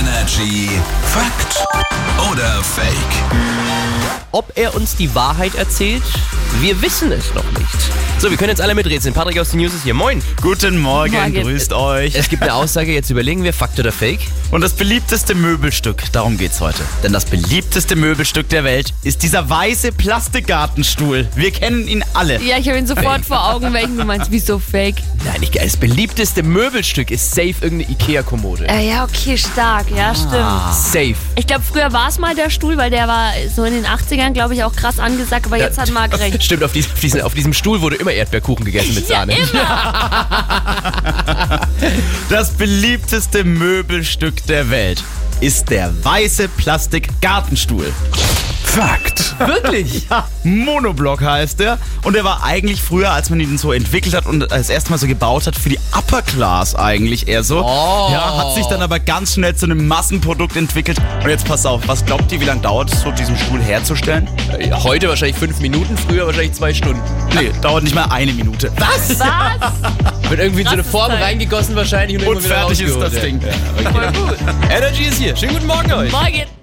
Energy Fakt oder Fake? Ob er uns die Wahrheit erzählt? Wir wissen es noch nicht. So, wir können jetzt alle miträtseln. Patrick aus den News ist hier. Moin. Guten Morgen, Morgen. grüßt euch. Es gibt eine Aussage, jetzt überlegen wir, Fakt oder Fake? Und das beliebteste Möbelstück, darum geht's heute. Denn das beliebteste Möbelstück der Welt ist dieser weiße Plastikgartenstuhl. Wir kennen ihn alle. Ja, ich habe ihn sofort vor Augen, welchen du meinst. Wieso fake? Nein, ich, das beliebteste Möbelstück ist safe irgendeine Ikea-Kommode. Äh, ja, okay, stark. Ja, Ah. stimmt. Safe. Ich glaube, früher war es mal der Stuhl, weil der war so in den 80ern, glaube ich, auch krass angesagt. Aber jetzt hat Marc recht. Stimmt, auf diesem, auf, diesem, auf diesem Stuhl wurde immer Erdbeerkuchen gegessen mit Ja, Sahne. immer. Das beliebteste Möbelstück der Welt ist der weiße Plastikgartenstuhl. Fakt. Wirklich? Ha, Monoblock heißt der. Und der war eigentlich früher, als man ihn so entwickelt hat und das erste Mal so gebaut hat, für die Upper Class eigentlich eher so. Oh. Ja, hat sich dann aber ganz schnell zu einem Massenprodukt entwickelt. Und jetzt pass auf, was glaubt ihr, wie lange dauert es, so diesen Stuhl herzustellen? Heute wahrscheinlich fünf Minuten, früher wahrscheinlich zwei Stunden. Nee, dauert nicht mal eine Minute. Was? Was? Wird irgendwie in so eine Krasses Form Teil. reingegossen wahrscheinlich und, Und irgendwann wieder fertig ist das rausgeholt, Ding. ja. Energy ist hier. Schönen guten Morgen euch. Morgen.